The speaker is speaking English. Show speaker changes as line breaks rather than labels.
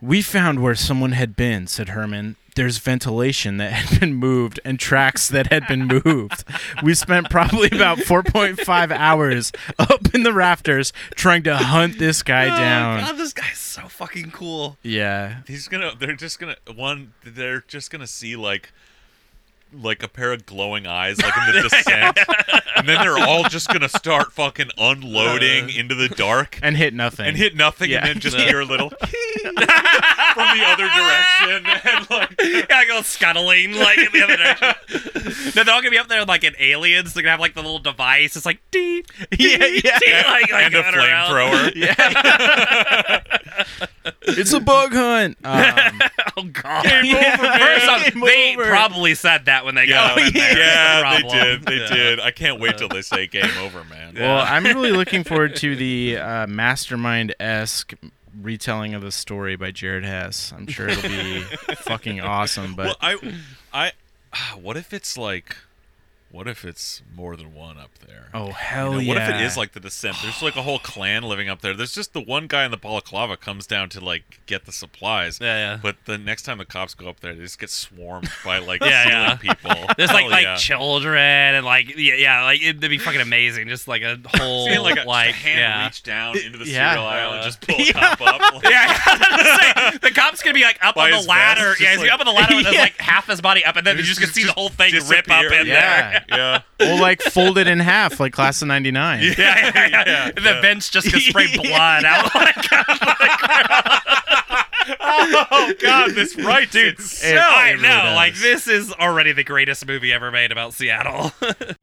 We found where someone had been, said Herman. There's ventilation that had been moved and tracks that had been moved. We spent probably about 4.5 hours up in the rafters trying to hunt this guy
Oh,
down.
God, this guy's so fucking cool.
Yeah.
He's gonna. They're just gonna. One. They're just gonna see like, like a pair of glowing eyes, like in the descent, and then they're all just gonna start fucking unloading into the dark
And hit nothing.
and hit nothing,
Yeah.
and then just hear a little from the other direction, and like.
yeah, I go scuttling like in the other direction. no, they're all gonna be up there like in aliens. They're gonna have like the little device. It's like dee,
Yeah, yeah.
dee, like, like
and a
going around.
flamethrower.
It's a bug hunt. Um,
Oh god.
Yeah. over, man.
First off,
Game
they
over.
probably said that when they
Yeah, Oh,
got in there. Oh, That's
yeah, they
the
did.
problem.
They did. I can't wait till they say game over, man.
Well, I'm really looking forward to the uh, mastermind esque retelling of the story by Jared Hess. I'm sure it'll be fucking awesome. But
well, I, I, ah, what if it's like, what if it's more than one up there?
oh
You
hell
know,
yeah!
what if it is like the descent? There's like a whole clan living up there. There's just the one guy in the balaclava comes down to like get the supplies.
Yeah, yeah.
But the next time the cops go up there, they just get swarmed by like
Yeah,
silly
yeah.
people.
There's like
Hell
like
yeah.
children and like yeah, yeah like it'd be fucking amazing. Just like a whole
Seeing like a
like
hand
yeah.
reach down into the
Yeah.
cereal aisle and
Uh,
just pull a cop up. like-
Yeah, I was gonna say, the cop's gonna be like up
By
on the
his vest,
ladder.
just
yeah, he's gonna be
like-
up on the ladder with
Yeah.
like half his body up, and then you just gonna see the whole thing rip up
disappear.
in there.
yeah,
yeah.
or like fold it in half, like Class of '99.
Yeah, yeah, yeah.
Yeah,
the
yeah.
bench just gonna spray blood out. Like,
Oh God, this right, dude.
It
I
really
know. Like
does.
this is already the greatest movie ever made about Seattle.